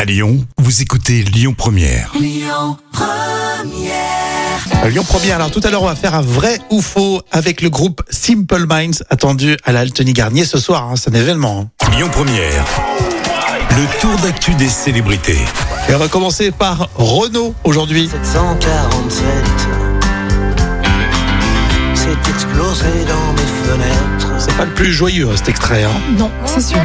À Lyon, vous écoutez Lyon Première. Lyon Première. Alors tout à l'heure, on va faire un vrai ou faux avec le groupe Simple Minds attendu à la Altony Garnier ce soir. hein. c'est un événement. hein. Lyon Première. Le tour d'actu des célébrités. Et on va commencer par Renault aujourd'hui. 747 C'est explosé dans mes fenêtres C'est pas le plus joyeux hein, cet extrait. hein. Non, c'est sûr.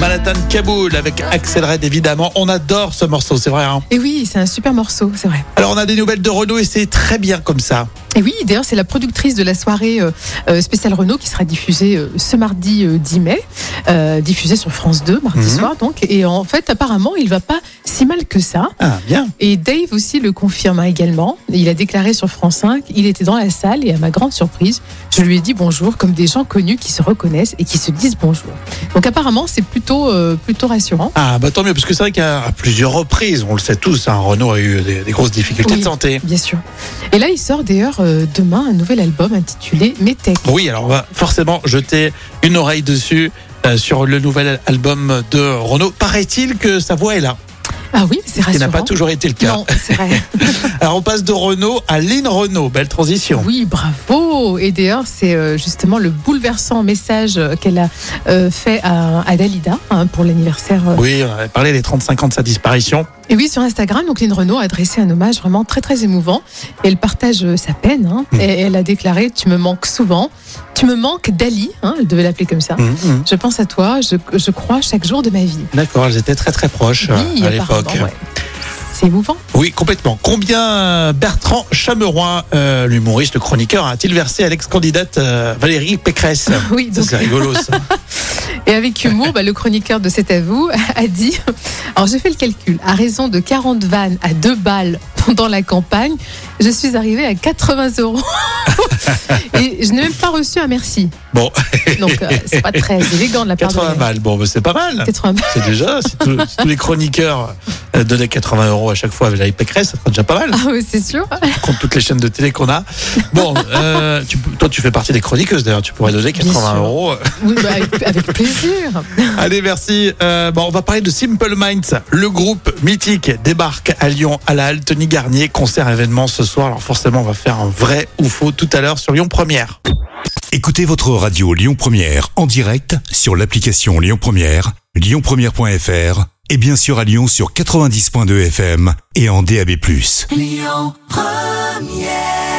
Manhattan Kaboul avec Axel Red évidemment. On adore ce morceau, c'est vrai. hein. Et oui, c'est un super morceau, c'est vrai. Alors on a des nouvelles de Renault et c'est très bien comme ça. Et oui, d'ailleurs, c'est la productrice de la soirée euh, euh, spéciale Renault qui sera diffusée euh, ce mardi euh, 10 mai, euh, diffusée sur France 2, mardi Mhm. soir donc. Et en fait, apparemment, il va pas si mal que ça. Ah bien. Et Dave aussi le confirme hein, également. Il a déclaré sur France 5, il était dans la salle et à ma grande surprise, je lui ai dit bonjour comme des gens connus qui se reconnaissent et qui se disent bonjour. Donc apparemment, c'est plutôt, euh, plutôt rassurant. Ah bah tant mieux parce que c'est vrai qu'à à plusieurs reprises, on le sait tous, hein, Renault a eu des, des grosses difficultés Oui. de santé. Bien sûr. Et là, il sort d'ailleurs euh, demain un nouvel album intitulé Métèque. Oui, alors on va forcément jeter une oreille dessus euh, sur le nouvel album de Renault. Paraît-il que sa voix est là, Ah oui, c'est ce qui rassurant. n'a pas toujours été le cas. Non, c'est vrai. Alors on passe de Renault à Lynn Renault, belle transition. oui, bravo. Et d'ailleurs, c'est euh, justement le bouleversant message euh, qu'elle a euh, fait à, à Dalida hein, pour l'anniversaire. euh. Oui, on avait parlé des 35 ans de sa disparition. Et oui, sur Instagram, donc Lynn Renault a adressé un hommage vraiment très très émouvant. Et elle partage euh, sa peine. hein. Mm. Et elle a déclaré Tu me manques souvent. Tu me manques Dali. hein, elle devait l'appeler comme ça. Mhm, mhm. Je pense à toi. Je, je crois chaque jour de ma vie. D'accord, elles étaient très très proches euh, Oui, à apparemment, l'époque. ouais. C'est émouvant. Oui, complètement. Combien euh, Bertrand Chameroy, euh, l'humoriste, le chroniqueur, a-t-il versé à l'ex-candidate euh, Valérie Pécresse Oui, Ça, donc, C'est rigolo ça. et avec humour, bah, le chroniqueur de cet avou a dit Alors, j'ai fait le calcul. À raison de 40 vannes à 2 balles pendant la campagne, je suis arrivé à 80 euros. et je n'ai même pas reçu un merci. Bon, Donc, euh, c'est pas très élégant de la part de 80 balles, bon, bah, c'est pas mal. 80 balles. C'est déjà, si, tous- si tous les chroniqueurs euh, donnaient 80 euros à chaque fois à Valérie Pécresse, ça serait déjà pas mal. Ah oui, c'est sûr. Contre toutes les chaînes de télé qu'on a. Bon, euh, tu peux- toi, tu fais partie des chroniqueuses d'ailleurs, tu pourrais donner Bien 80 sûr. euros. Oui, bah, avec, avec plaisir. Allez, merci. Euh, bon, on va parler de Simple Minds. Le groupe mythique débarque à Lyon à la Halle Tony Garnier. Concert événement ce soir. Alors forcément, on va faire un vrai ou faux tout à l'heure sur Lyon Première. Écoutez votre radio Lyon Première en direct sur l'application Lyon Première, lyonpremière.fr et bien sûr à Lyon sur 90.2 FM et en DAB+. Lyon Première